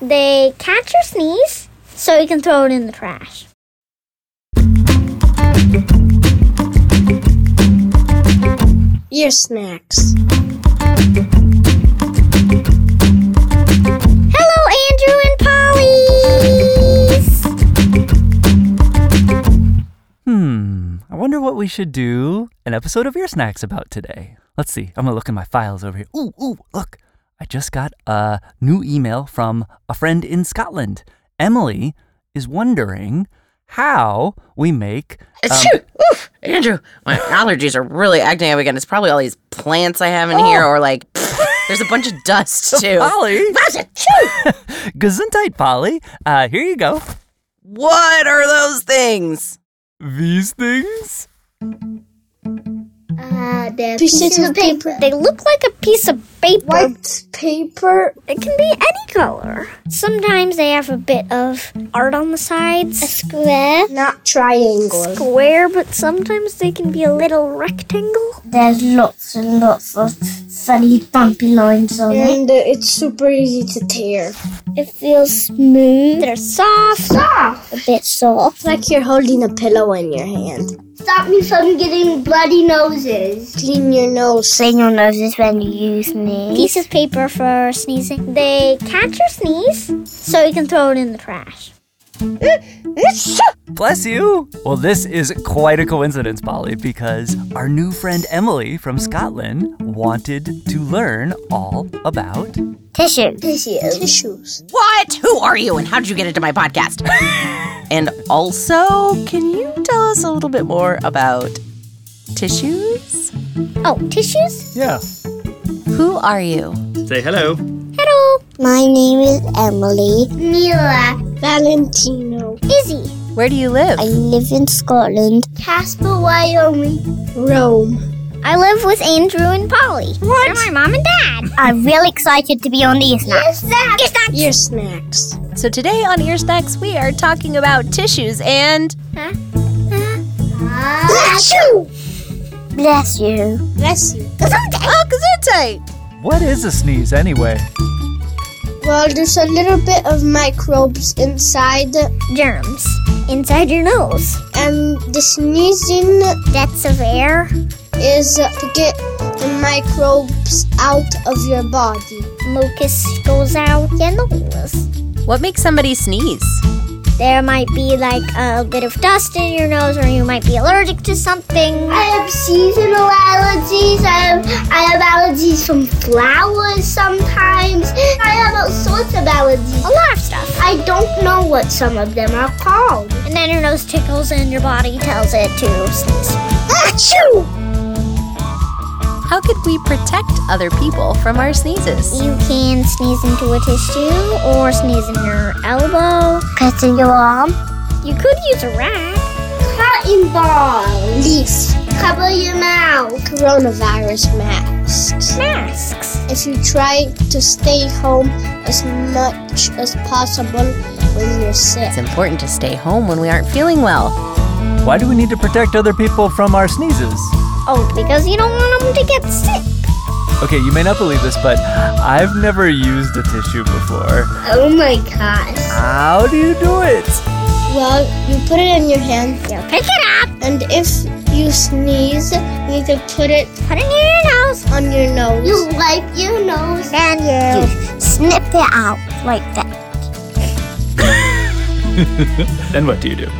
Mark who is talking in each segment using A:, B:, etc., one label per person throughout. A: they catch or sneeze, so you can throw it in the trash.
B: Ear snacks.
A: Hello, Andrew and Polly's.
C: Hmm, I wonder what we should do an episode of Ear Snacks about today. Let's see, I'm gonna look in my files over here. Ooh, ooh, look, I just got a new email from a friend in Scotland. Emily is wondering how we make.
D: Achoo! Oof! Andrew, my allergies are really acting up again. It's probably all these plants I have in here, or like, pfft, there's a bunch of dust too.
C: Polly!
D: Achoo!
C: Gesundheit, Polly! Uh, here you go.
D: What are those things?
C: These things?
B: Uh, they're
A: Pieces of paper. They look like a piece of paper.
B: White paper.
A: It can be any color. Sometimes they have a bit of art on the sides. A square.
B: Not triangle.
A: Square, but sometimes they can be a little rectangle.
E: There's lots and lots of funny bumpy lines on
A: Mm.
E: it.
B: And uh, it's super easy to tear.
E: It feels smooth,
A: They're soft.
E: a bit soft.
B: It's like you're holding a pillow in your hand.
E: Stop me from getting bloody noses.
B: Clean your nose.
E: Clean your noses when you use me.
A: Piece of paper for sneezing. They catch or sneeze, so you can throw it in the trash.
C: Bless you! Well, this is quite a coincidence, Polly, because our new friend Emily from Scotland wanted to learn all about
E: Tissue.
B: Tissues.
D: What? Who are you, and how did you get into my podcast? and also, can you tell us a little bit more about tissues?
A: Oh, tissues?
C: Yeah.
D: Who are you?
F: Say hello.
A: Hello.
E: My name is Emily.
A: Mila.
B: Valentino.
A: Izzy.
D: Where do you live?
E: I live in Scotland.
A: Casper, Wyoming.
B: Rome.
A: I live with Andrew and Polly. What? They're my mom and dad.
E: I'm real excited to be on these now.
A: Yes, that. Yes, that.
B: Ear snacks.
G: So today on Ear Snacks, we are talking about tissues and
E: Bless you.
B: Bless you.
G: oh, gesundheit.
C: What is a sneeze anyway?
B: Well, there's a little bit of microbes inside,
A: Germs inside your nose.
B: and the sneezing
A: That's of air.
B: is to get the microbes out of your body.
A: Mucus goes out your nose.
G: What makes somebody sneeze?
A: There might be like a bit of dust in your nose, or you might be allergic to something.
E: I have seasonal allergies. I have, I have allergies from flowers sometimes. I have all sorts of allergies.
A: A lot of stuff.
E: I don't know what some of them are called.
A: And then your nose tickles, and your body tells it to sneeze.
G: How could we protect other people from our sneezes?
A: You can sneeze into a tissue, or sneeze in your elbow.
E: Cutting your arm.
A: You could use a rag.
E: Cotton ball.
B: Leaf
E: Cover your mouth.
B: coronavirus masks.
A: Masks.
B: If you try to stay home as much as possible when you're sick.
G: It's important to stay home when we aren't feeling well.
C: Why do we need to protect other people from our sneezes?
A: Oh, because you don't want them to get sick.
C: Okay, you may not believe this, but I've never used a tissue before.
E: Oh my gosh.
C: How do you do it?
B: Well, you put it in your hand,
A: You pick it up,
B: and if you sneeze, you need to put it
A: put it in your nose,
B: on your nose.
E: You wipe your nose.
A: then you
E: Snip it out like that.
C: Then what do you do?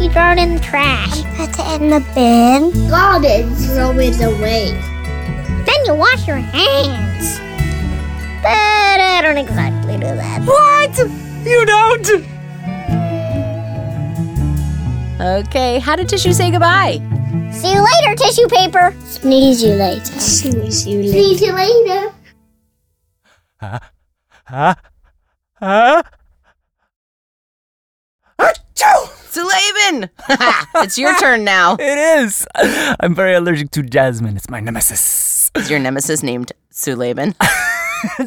A: you throw it in the trash.
E: Put it in the bin.
B: Garbage. Throw it away.
A: Then you wash your hands. But I don't exactly do that.
G: Okay, how did tissue say goodbye?
A: See you later, tissue paper.
E: Sneeze you later.
B: Sneeze, you little.
E: Sneeze you later.
C: Huh? Huh?
D: Slavin! it's your turn now.
C: It is! I'm very allergic to jasmine. It's my nemesis.
D: Is your nemesis named Sulaban?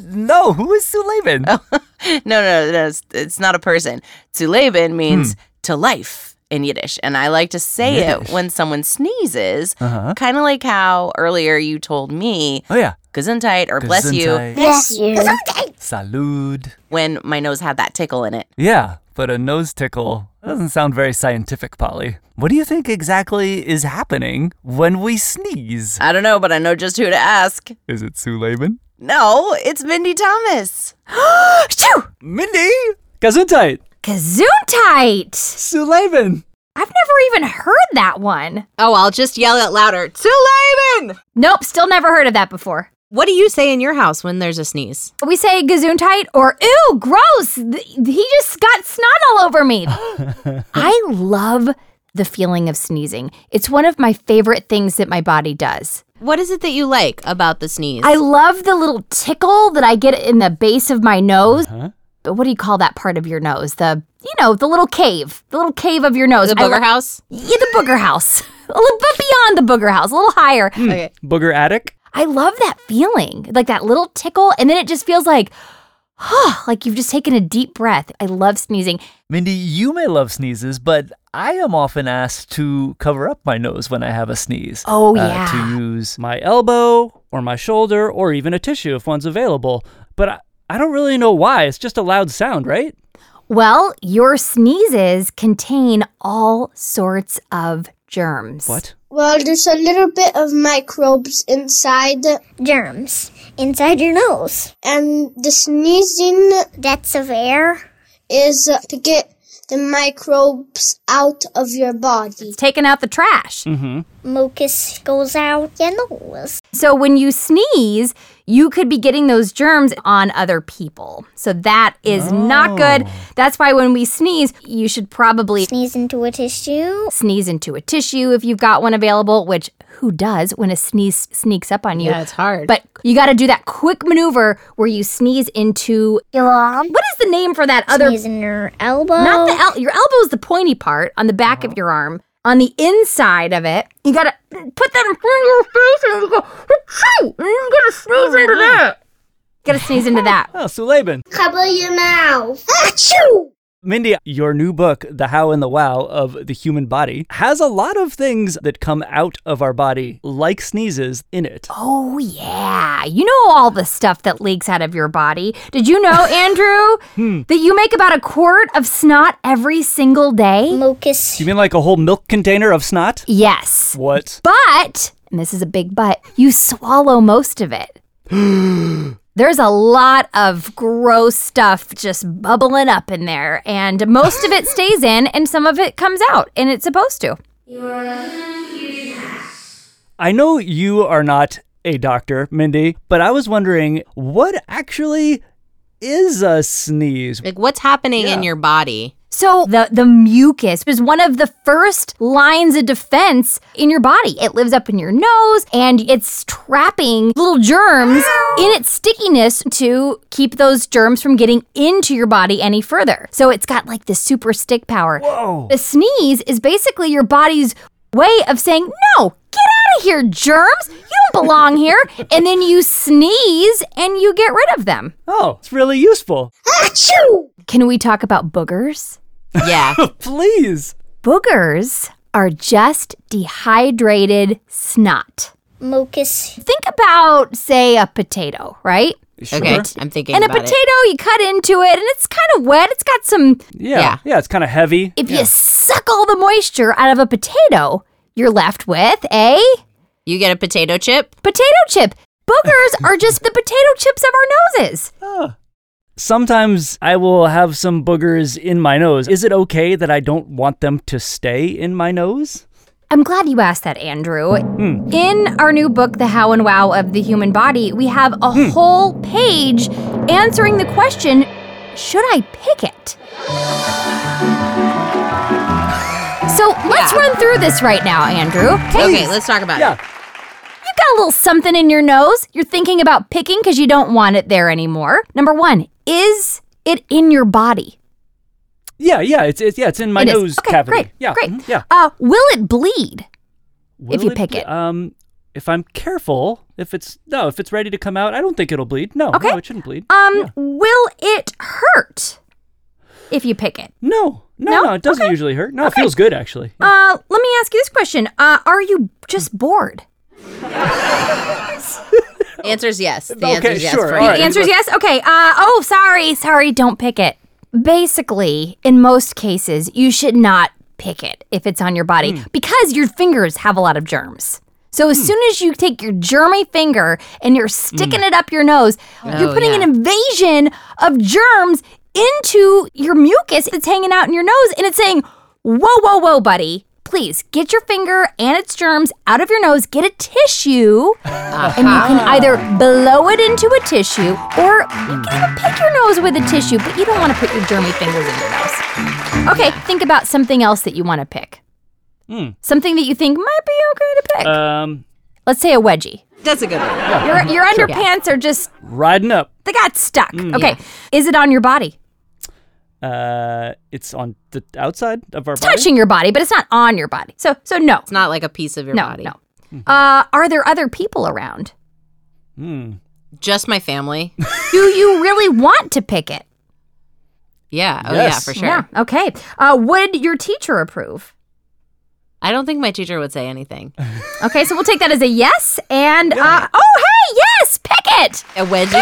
C: No, who is Suleiman?
D: Oh. no, no, no, it's, it's not a person. To
C: Hmm.
D: leben means to life in Yiddish. And I like to say
C: Yiddish.
D: it when someone sneezes,
C: Uh-huh.
D: kind of like how earlier you told me,
C: Oh, yeah.
D: Gesundheit or bless you.
C: Gesundheit.
E: Bless you.
C: Salud.
H: when my nose had that tickle in it.
C: Yeah, but a nose tickle doesn't sound very scientific, Polly. What do you think exactly is happening when we sneeze?
H: I don't know, but I know just who to ask.
C: Is it Sue Lehman?
H: No, it's Mindy Thomas. Shoo!
C: Mindy! Gesundheit!
G: Kazoontite!
C: Sue Lehman!
G: I've never even heard that one.
D: Oh, I'll just yell out louder. Suleiman!
G: Nope, still never heard of that before.
D: What do you say in your house when there's a sneeze?
G: We say Gazoontite or ooh, gross. Th- he just got snot all over me. I love the feeling of sneezing. It's one of my favorite things that my body does.
D: What is it that you like about the sneeze?
G: I love the little tickle that I get in the base of my nose. But What do you call that part of your nose? The you know the little cave, the little cave of your nose.
D: the
G: I
D: booger
G: li-
D: house?
G: Yeah, the booger house. A little bit beyond the booger house, a little higher.
C: Hmm. Booger attic?
G: I love that feeling, like that little tickle, and then it just feels like, oh, like you've just taken a deep breath. I love sneezing.
C: Mindy, you may love sneezes, but I am often asked to cover up my nose when I have a sneeze.
G: Oh,
C: uh,
G: yeah.
C: To use my elbow or my shoulder or even a tissue if one's available. But I, I don't really know why. It's just a loud sound, right?
G: Well, your sneezes contain all sorts of germs.
C: What?
I: Well, there's a little bit of microbes inside,
A: Germs inside your nose.
I: and the sneezing
A: That's of air.
I: is to get the microbes out of your body.
G: It's taking out the trash.
A: Mucus goes out your nose.
G: So when you sneeze, you could be getting those germs on other people. So that is not good.
D: Oh.
G: That's why when we sneeze, you should probably
A: Sneeze into a tissue.
G: sneeze into a tissue if you've got one available, which who does when a sneeze sneaks up on you?
D: Yeah, it's hard.
G: But you got to do that quick maneuver where you sneeze into
A: Your arm.
G: what is the name for that other?
A: Sneeze in your elbow.
G: Not the el- your elbow's the pointy part on the back of your arm. On the inside of it, you gotta put that in front of your face and you go, "Achoo!" and you gotta sneeze into that. You gotta sneeze into that.
C: Oh, Sulaban.
B: Cover your mouth.
C: Mindy, your new book, The How and the Wow of the Human Body, has a lot of things that come out of our body, like sneezes, in it.
G: Oh, yeah. You know all the stuff that leaks out of your body. Did you know, Andrew, that you make about a quart of snot every single day?
A: Mucus.
G: Oh.
C: Do you mean like a whole milk container of snot?
G: Yes.
C: What?
G: But, and this is a big but, you swallow most of it. There's a lot of gross stuff just bubbling up in there, and most of it stays in, and some of it comes out, and it's supposed to.
C: I know you are not a doctor, Mindy, but I was wondering what actually is a sneeze?
D: like, what's happening in your body?
G: So the the mucus is one of the first lines of defense in your body. It lives up in your nose and it's trapping little germs in its stickiness to keep those germs from getting into your body any further. So it's got like this super stick power.
C: Whoa.
G: A sneeze is basically your body's way of saying, "No, get out of here, germs. You don't belong here." and then you sneeze and you get rid of them.
C: Oh, it's really useful.
G: Can we talk about boogers?
D: Yeah.
C: Please.
G: Boogers are just dehydrated snot.
A: Mucus.
G: Think about, say, a potato, right?
D: Okay. I'm thinking
G: and a
D: about
G: potato,
D: it.
G: you cut into it and it's kind of wet. It's got some,
C: Yeah. Yeah,
D: Yeah.
C: it's kind of heavy.
G: if you suck all the moisture out of a potato, you're left with a
D: You get a potato chip?
G: potato chip. Boogers are just the potato chips of our noses.
C: Ah. Sometimes I will have some boogers in my nose. Is it okay that I don't want them to stay in my nose?
G: I'm glad you asked that, Andrew. In our new book, The How and Wow of the Human Body, we have a whole page answering the question should I pick it? So let's run through this right now, Andrew.
D: Okay, let's talk about
C: Yeah.
D: it.
G: You got a little something in your nose. You're thinking about picking because you don't want it there anymore. Number one, is it in your body?
C: Yeah, yeah, it's, it's yeah, it's in my
G: It is.
C: nose
G: okay,
C: cavity.
G: Great,
C: yeah,
G: great.
C: mhm, yeah.
G: Uh, will it bleed? you pick
C: ble-
G: it.
C: um, if I'm careful, if it's no, if it's ready to come out, I don't think it'll bleed. No,
G: Okay.
C: no, it shouldn't bleed.
G: Um,
C: Yeah.
G: will it hurt if you pick it?
C: No, no, no,
G: No?
C: it doesn't
G: Okay.
C: usually hurt. No, it feels good actually.
G: Uh, let me ask you this question. Uh, are you just bored?
D: The answer is yes. The answer
J: Okay,
D: is yes
J: sure,
D: for
J: all
D: you.
J: right.
G: The answer is yes? Okay. Uh, oh, sorry. Sorry. Don't pick it. Basically, in most cases, you should not pick it if it's on your body
D: Hmm.
G: because your fingers have a lot of germs. So as soon as you take your germy finger and you're sticking it up your nose, you're
D: Hmm. Oh,
G: putting
D: yeah.
G: an invasion of germs into your mucus that's hanging out in your nose and it's saying, "Whoa, whoa, whoa, buddy. Please get your finger and its germs out of your nose. Get a tissue." And you can either blow it into a tissue or you can even pick your nose with a tissue, but you don't want to put your germy fingers in your nose. Okay, think about something else that you want to pick.
D: Hmm.
G: Something that you think might be okay to
D: Uh,
G: pick.
J: Um,
G: Let's say a wedgie.
D: That's a good one.
G: Your, your underpants are just,
J: riding up.
G: they got stuck.
D: Hmm,
G: Okay, is it on your body?
J: Uh, it's on the outside of our body.
G: Touching your body, but it's not on your body. So, so no.
D: It's not like a piece of your
G: no,
D: body. Hmm.
G: no. Uh, are there other people around?
D: Just my family.
G: Do you really want to pick it?
D: Yeah. Oh, yeah,
J: Yes.
D: for sure.
G: Yeah, okay. Uh, would your teacher approve?
D: I don't think my teacher would say anything.
G: Okay, so we'll take that as a yes. And uh, oh, hey, yes, pick it.
D: A wedgie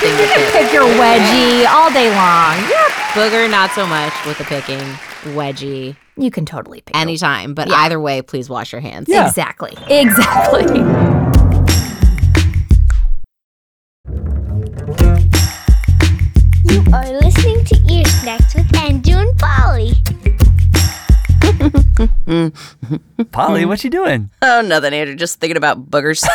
D: is a good
G: it.
D: thing
G: You can
D: to pick.
G: pick your wedgie all day long. Yep.
D: Booger, not so much with the picking. Wedgie,
G: You can totally pick it.
D: anytime. But either way, please wash your hands.
J: Yeah.
G: Exactly. Exactly.
B: You are listening to Ear Snacks with Andrew and Polly.
C: Polly, what you doing?
H: Oh, nothing, Andrew. Just thinking about boogers.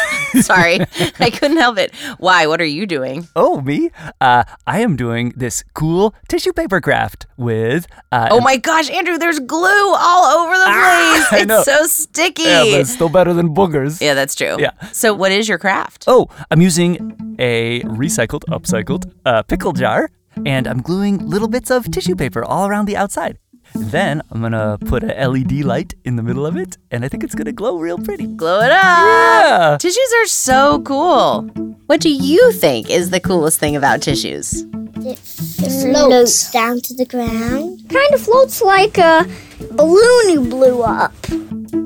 H: Sorry, I couldn't help it. Why? What are you doing?
C: Oh, me? Uh, I am doing this cool tissue paper craft with. Uh,
H: Oh my gosh, Andrew, there's glue all over the place.
C: Ah, I
H: it's
C: know.
H: so sticky.
C: Yeah, but it's still better than boogers.
H: Yeah, that's true.
C: Yeah.
H: So, what is your craft?
C: Oh, I'm using a recycled, upcycled uh, pickle jar, and I'm gluing little bits of tissue paper all around the outside. Then I'm gonna put a LED light in the middle of it, and I think it's gonna glow real pretty.
H: Glow it up.
C: Yeah.
H: Tissues are so cool. What do you think is the coolest thing about tissues?
I: floats.
B: Floats down to the ground.
A: Kind of floats like a balloon you blew up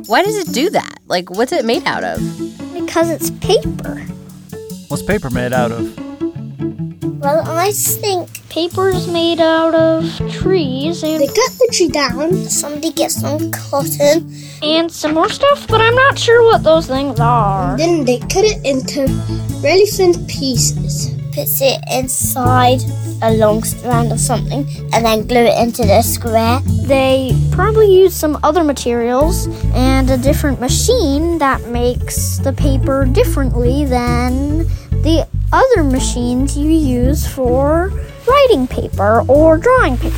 H: Why does it do that? Like, what's it made out of?
B: because it's paper.
C: What's paper made out of?
B: Well, I think
A: paper's made out of trees
B: they
A: and,
B: cut the tree down. Somebody gets some cotton,
A: and some more stuff but i'm not sure what those things are
B: then they cut it into really thin pieces. Puts it inside a long strand or something, and then glue it into the square.
A: they probably use some other materials and a different machine that makes the paper differently than the other machines you use for writing paper or drawing paper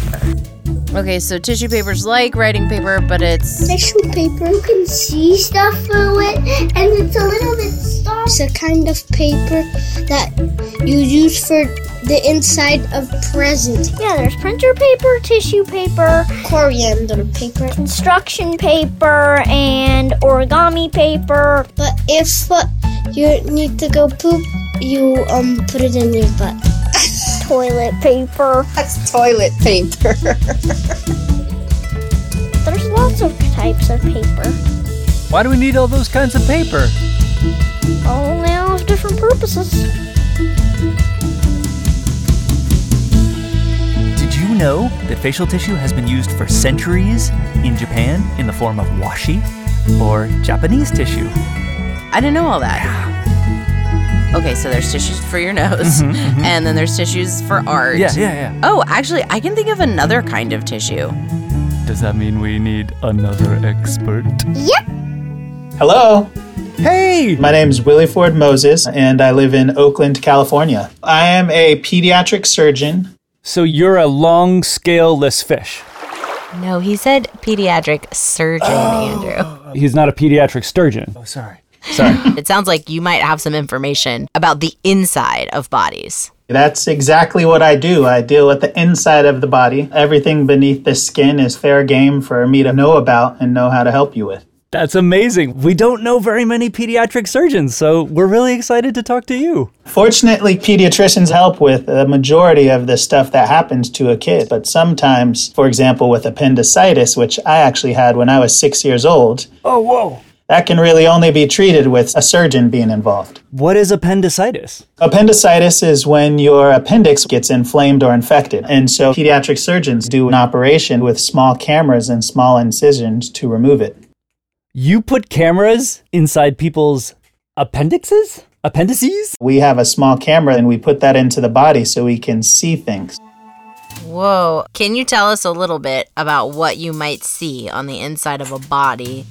H: Okay, so tissue paper's like writing paper, but it's.
B: Special paper.
A: you can see stuff through it and it's a little bit soft
B: It's a kind of paper that you use for the inside of presents.
A: yeah there's printer paper tissue paper
B: Coriander paper.
A: construction paper and origami paper.
B: But if uh, you need to go poop, you um put it in your butt.
A: Toilet paper.
I: That's toilet paper.
A: There's lots of types of paper.
C: Why do we need all those kinds of paper?
A: All now have different purposes.
C: Did you know that facial tissue has been used for centuries in Japan in the form of washi or Japanese tissue?
H: I didn't know all that. Okay, so there's tissues for your nose, and then there's tissues for art.
C: Mm-hmm, Yeah, yeah,
H: Oh, actually, I can think of another kind of tissue.
C: yeah. Does that mean we need another expert?
K: Hello,
C: Hey!
K: my name is Willie Ford Moses, and I live in Oakland, California. I am a pediatric surgeon.
J: So you're a long scaleless fish.
D: No, he said pediatric surgeon, Andrew.
J: He's not a pediatric sturgeon.
C: Oh, sorry.
D: It sounds like you might have some information about the inside of bodies.
K: That's exactly what I do. I deal with the inside of the body. Everything beneath the skin is fair game for me to know about and know how to help you with.
C: That's amazing. We don't know very many pediatric surgeons, so we're really excited to talk to you.
K: Fortunately, pediatricians help with the majority of the stuff that happens to a kid, but sometimes, for example, with appendicitis, which I actually had when I was six years old. Oh, whoa. That can really only be treated with a surgeon being involved.
J: What is appendicitis?
K: Appendicitis is when your appendix gets inflamed or infected. And so pediatric surgeons do an operation with small cameras and small incisions to remove it.
J: You put cameras inside people's appendixes? Appendices?
K: We have a small camera and we put that into the body so we can see things.
D: Whoa. Can you tell us a little bit about what you might see on the inside of a body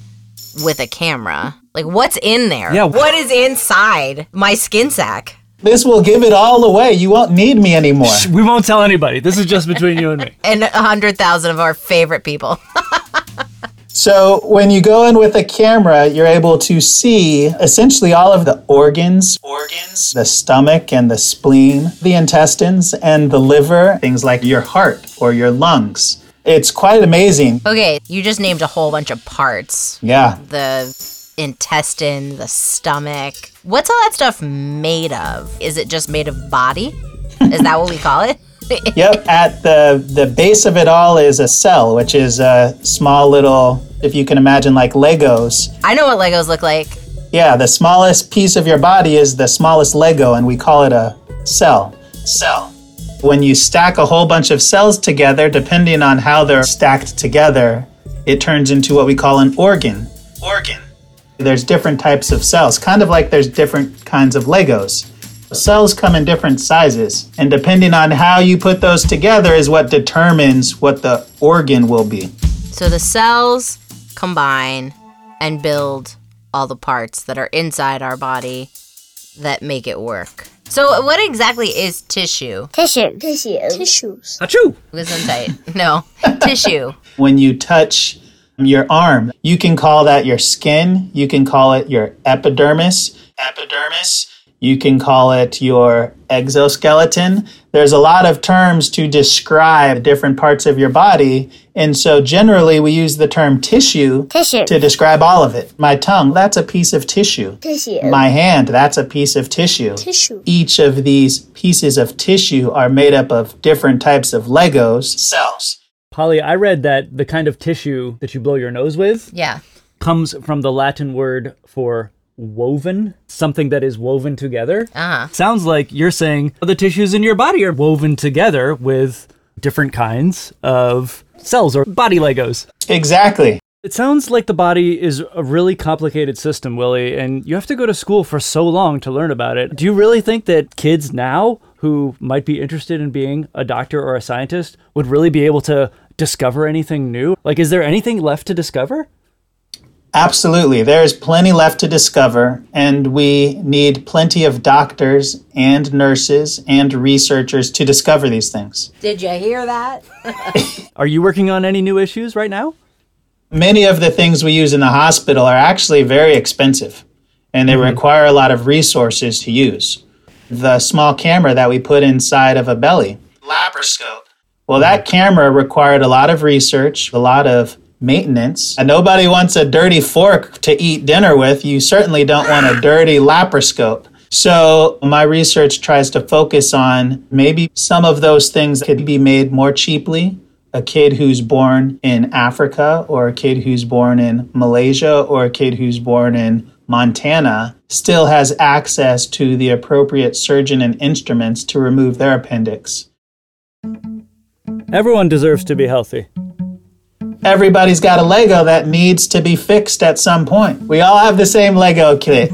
D: with a camera? Like, what's in there?
J: Yeah.
D: What is inside my skin sack?
K: This will give it all away. You won't need me anymore.
J: We won't tell anybody. This is just between you and me.
D: And a 100,000 of our favorite people.
K: So when you go in with a camera, you're able to see essentially all of the organs, organs, the stomach and the spleen, the intestines and the liver, things like your heart or your lungs. It's quite amazing.
D: okay, you just named a whole bunch of parts
K: Yeah.
D: the intestine, the stomach. What's all that stuff made of? Is it just made of body? Is that what we call it?
K: Yep, at the the base of it all is a cell, which is a small little if you can imagine like Legos.
D: I know what Legos look like.
K: Yeah, the smallest piece of your body is the smallest Lego, and we call it a cell. Cell. When you stack a whole bunch of cells together, depending on how they're stacked together, it turns into what we call an organ. Organ. There's different types of cells, kind of like there's different kinds of Legos. Cells come in different sizes, and depending on how you put those together is what determines what the organ will be.
D: So the cells combine and build all the parts that are inside our body that make it work. So what exactly is tissue?
B: Tissue. Tissue.
I: Tissues.
J: Achoo!
D: Gesundheit. No, tissue.
K: when you touch your arm. You can call that your skin. You can call it your epidermis. Epidermis. You can call it your exoskeleton. There's a lot of terms to describe different parts of your body. And so generally we use the term tissue
B: Tissue.
K: to describe all of it. My tongue, that's a piece of tissue.
B: Tissue.
K: My hand, that's a piece of tissue.
I: Tissue.
K: Each of these pieces of tissue are made up of different types of Legos, cells.
J: Polly, I read that the kind of tissue that you blow your nose with
D: Yeah.
J: comes from the Latin word for woven, something that is woven together.
D: Uh-huh.
J: Sounds like you're saying the tissues in your body are woven together with different kinds of cells or body Legos.
K: Exactly.
J: It sounds like the body is a really complicated system, Willie, and you have to go to school for so long to learn about it. Do you really think that kids now who might be interested in being a doctor or a scientist would really be able to discover anything new? Like, is there anything left to discover?
K: Absolutely. There is plenty left to discover, and we need plenty of doctors and nurses and researchers to discover these things.
D: Did you hear that?
J: Are you working on any new issues right now?
K: Many of the things we use in the hospital are actually very expensive, and they require a lot of resources to use. The small camera that we put inside of a belly, laparoscope. Well, that camera required a lot of research, a lot of maintenance. And nobody wants a dirty fork to eat dinner with. You certainly don't want a dirty laparoscope. So, my research tries to focus on maybe some of those things could be made more cheaply. A kid who's born in Africa, or a kid who's born in Malaysia, or a kid who's born in Montana still has access to the appropriate surgeon and instruments to remove their appendix.
J: Everyone deserves to be healthy.
K: Everybody's got a Lego that needs to be fixed at some point. We all have the same Lego kit.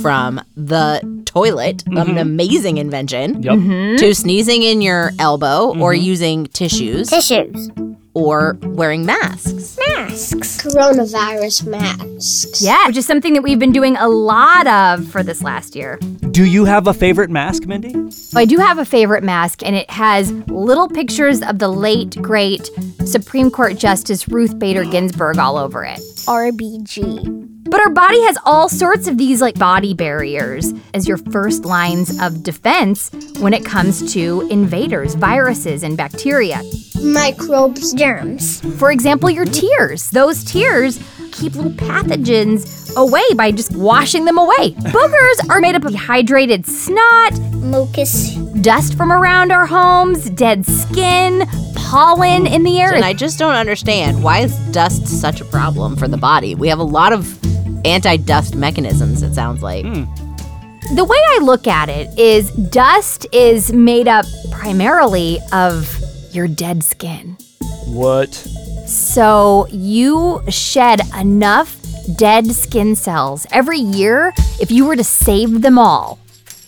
D: From the toilet, an amazing invention,
J: Yep.
D: to sneezing in your elbow or using tissues
B: Tissues.
D: or wearing masks.
I: Coronavirus masks.
G: Yeah, which is something that we've been doing a lot of for this last year.
J: Do you have a favorite mask, Mindy?
G: So I do have a favorite mask, and it has little pictures of the late, great Supreme Court Justice Ruth Bader Ginsburg all over it.
A: RBG.
G: But our body has all sorts of these, like, body barriers as your first lines of defense when it comes to invaders, viruses, and bacteria.
I: Microbes.
A: Germs.
G: For example, your tears. Those tears keep little pathogens away by just washing them away. Boogers are made up of dehydrated snot,
B: Mocus.
G: dust from around our homes, dead skin, pollen in the air.
D: And I just don't understand why is dust such a problem for the body? We have a lot of anti-dust mechanisms. It sounds like.
G: The way I look at it is dust is made up primarily of your dead skin.
J: What?
G: So you shed enough dead skin cells every year. If you were to save them all,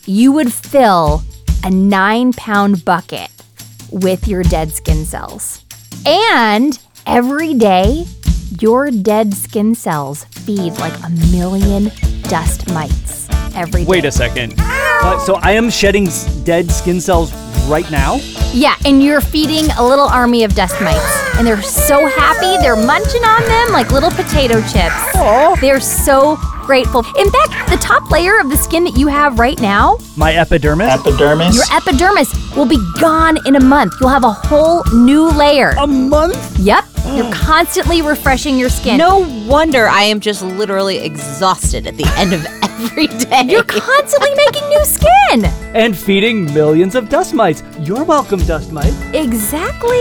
G: you would fill a nine pound bucket with your dead skin cells. And every day, your dead skin cells feed like a million dust mites every day.
J: Wait a second. What? Ah! Uh, So I am shedding s- dead skin cells right now?
G: Yeah, and you're feeding a little army of dust mites. And they're so happy. They're munching on them like little potato chips. They're so grateful. In fact, the top layer of the skin that you have right now,
J: My epidermis?
K: Epidermis.
G: your epidermis, will be gone in a month. You'll have a whole new layer.
J: a month?
G: Yep. You're constantly refreshing your skin.
D: No wonder I am just literally exhausted at the end of every day.
G: You're constantly making new skin.
J: And feeding millions of dust mites. You're welcome, dust mite.
G: Exactly.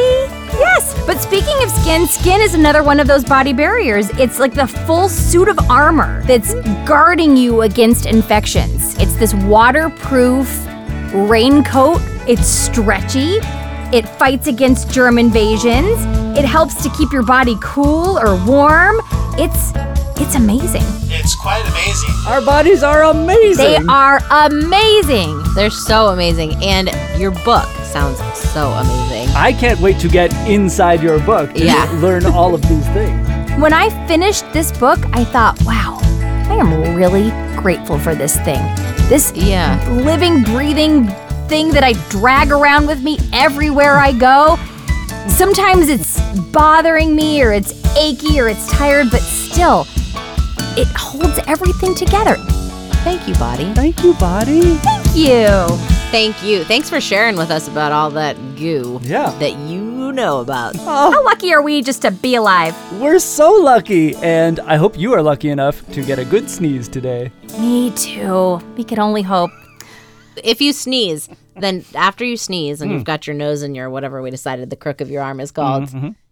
G: Yes. But speaking of skin, skin is another one of those body barriers. It's like the full suit of armor that's guarding you against infections. It's this waterproof raincoat. It's stretchy. It fights against germ invasions. It helps to keep your body cool or warm. It's it's amazing.
K: It's quite amazing.
J: Our bodies are amazing.
G: They are amazing.
D: They're so amazing, and your book sounds so amazing.
J: I can't wait to get inside your book to
D: Yeah.
J: learn all of these things.
G: When I finished this book, I thought, wow, I am really grateful for this thing. This
D: Yeah.
G: living, breathing thing that I drag around with me everywhere I go. Sometimes it's bothering me or it's achy or it's tired, but still, it holds everything together.
D: Thank you, body.
J: Thank you, body.
G: Thank you.
D: Thank you. Thanks for sharing with us about all that goo.
J: Yeah.
D: That you know about.
G: How lucky are we just to be alive?
J: We're so lucky, and I hope you are lucky enough to get a good sneeze today.
G: Me too. We can only hope.
D: If you sneeze, then after you sneeze and you've got your nose in your whatever we decided the crook of your arm is called,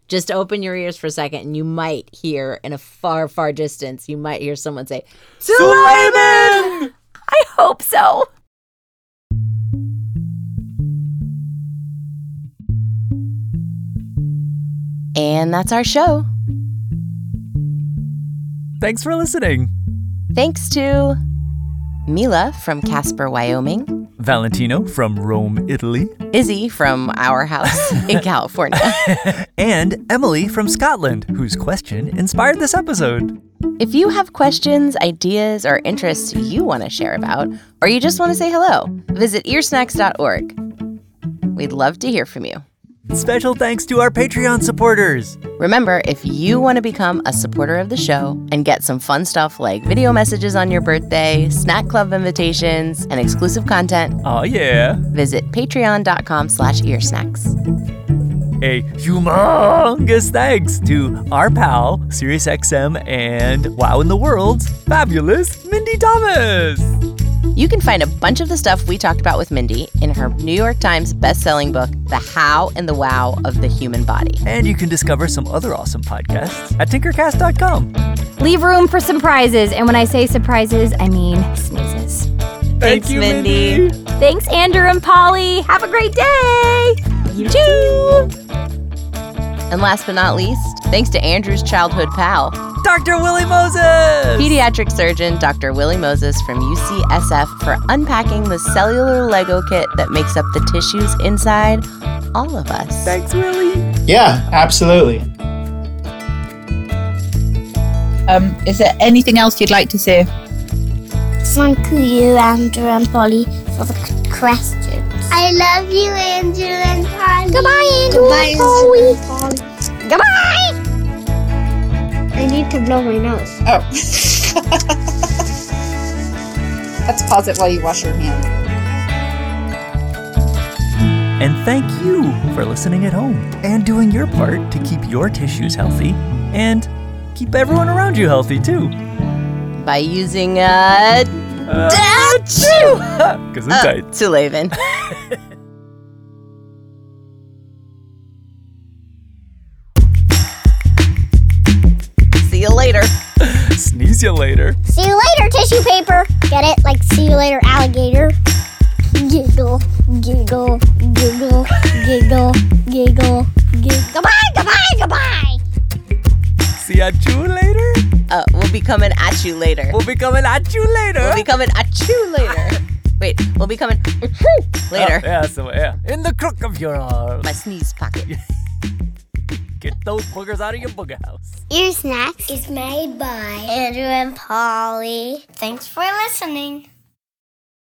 D: just open your ears for a second and you might hear in a far, far distance, you might hear someone say,
G: I hope so.
D: and that's our show.
C: Thanks for listening.
D: Thanks to Mila from Casper, Wyoming,
C: Valentino from Rome, Italy,
D: Izzy from our house in California.
C: and Emily from Scotland, whose question inspired this episode.
D: If you have questions, ideas, or interests you want to share about, or you just want to say hello, visit earsnacks.org. We'd love to hear from you.
C: Special thanks to our Patreon supporters.
D: Remember, if you want to become a supporter of the show and get some fun stuff like video messages on your birthday, snack club invitations, and exclusive content,
C: Oh yeah,
D: visit patreon.com slash earsnacks.
C: a humongous thanks to our pal SiriusXM and Wow in the World's fabulous Mindy Thomas.
D: You can find a bunch of the stuff we talked about with Mindy in her New York Times best-selling book, The How and the Wow of the Human Body.
C: And you can discover some other awesome podcasts at tinkercast.com.
G: Leave room for surprises. And when I say surprises, I mean sneezes.
D: Thanks, Mindy.
G: Thanks, Andrew and Polly. Have a great day. You too.
D: And last but not least, thanks to Andrew's childhood pal,
C: Dr. Willie Moses.
D: pediatric surgeon Dr. Willie Moses from UCSF for unpacking the cellular Lego kit that makes up the tissues inside all of us.
C: Thanks, Willie.
K: Yeah, absolutely.
L: Um, is there anything else you'd like to say?
B: Thank you, Andrew and Polly, for the questions. I love you, Andrew and Polly. Goodbye, Andrew Goodbye, and Polly. Goodbye. I need to blow my nose.
L: Oh. Let's pause it while you wash your hands.
C: And thank you for listening at home and doing your part to keep your tissues healthy and keep everyone around you healthy too.
D: by using uh, a.
C: Gesundheit.
D: to uh, Laven. See you later.
C: Sneeze you later.
A: See you later, tissue paper. Get it? Like, see you later, alligator. Giggle, giggle, giggle, giggle, giggle, giggle. Goodbye, goodbye, goodbye.
C: See ya you later.
D: Uh, we'll be coming at you later.
C: We'll be coming at you later.
D: We'll be coming at you later. Wait, we'll be coming later.
C: Oh, yeah, so yeah. In the crook of your arm.
D: My sneeze pocket.
C: Get those boogers out of your booger house.
A: Ear Snacks is made by Andrew and Polly. Thanks for listening.